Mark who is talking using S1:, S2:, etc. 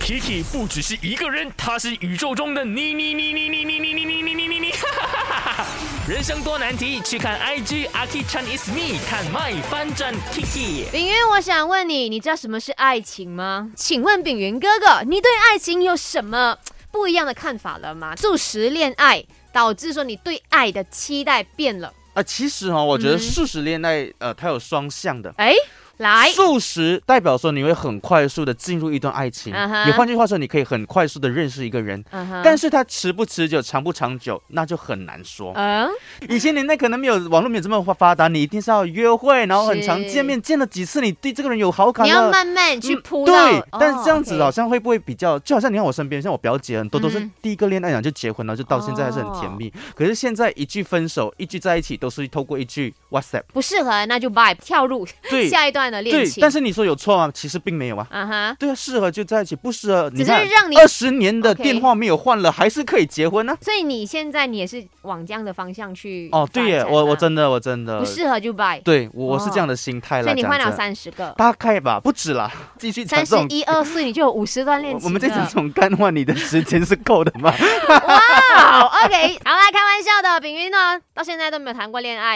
S1: Kiki 不只是一个人，她是宇宙中的你你你你你你你你你你你你你。 人生多难题，去看 IG Aki Chan is me，看 my 翻转 Kiki。
S2: 炳云，我想问你，你知道什么是爱情吗？请问炳云哥哥，你对爱情有什么不一样的看法了吗？素食恋爱导致说你对爱的期待变了，
S3: 啊，其实哈、我觉
S2: 嗯
S3: 得素食恋爱，呃，它有双向的。
S2: 哎，来，
S3: 素食代表说你会很快速的进入一段爱情，
S2: 啊哈
S3: 也换句话说，你可以很快速的认识一个人。
S2: 嗯哼
S3: 但是它持不持久、长不长久，那就很难说。
S2: 嗯，
S3: 以前年代可能没有网络没有这么发发达，你一定是要约会，然后很常
S2: 是
S3: 见面，见了几次，你对这个人有好感
S2: 你要
S3: 了
S2: 慢慢去
S3: 嗯
S2: 铺到，
S3: 对，但是这样子好
S2: 哦
S3: 像会不会比较，就好像你看我身边，像我表姐很多都是
S2: 嗯哦
S3: 第一个恋爱然后就结婚了，就到现在还是很甜蜜。可是现在一句分手，一句在一起，都是透过一句 WhatsApp。
S2: 不适合，那就 bye 跳入
S3: 对
S2: 下一段的恋
S3: 对，
S2: 情。
S3: 但是你说有错吗？其实并没有啊。
S2: 啊哈，
S3: 对啊，适合就在一起，不适合
S2: 只
S3: 你
S2: 是
S3: 看
S2: 让你
S3: 二十年的
S2: OK 嗯
S3: 电话没有换了，还是可以结婚呢、
S2: 所以你现在你也是往这样的方向去
S3: 哦，对耶
S2: 发，展
S3: 我
S2: 啊
S3: 我真的我真的
S2: 不，适合就 bye，
S3: 对我我是
S2: 哦
S3: 这样的心态
S2: 所
S3: 啦。
S2: 以你换
S3: 讲
S2: 了
S3: 真，
S2: 三十个，
S3: 大概吧，不止啦，继续
S2: 三
S3: 讲
S2: 十
S3: 这种。
S2: 一二岁你就有五十段恋
S3: 我
S2: 情了。
S3: 我们在讲这种干话，你的时间是够的吗？
S2: 哦好，OK，好啦，开玩笑的，炳云呢，到现在都没有谈过恋爱，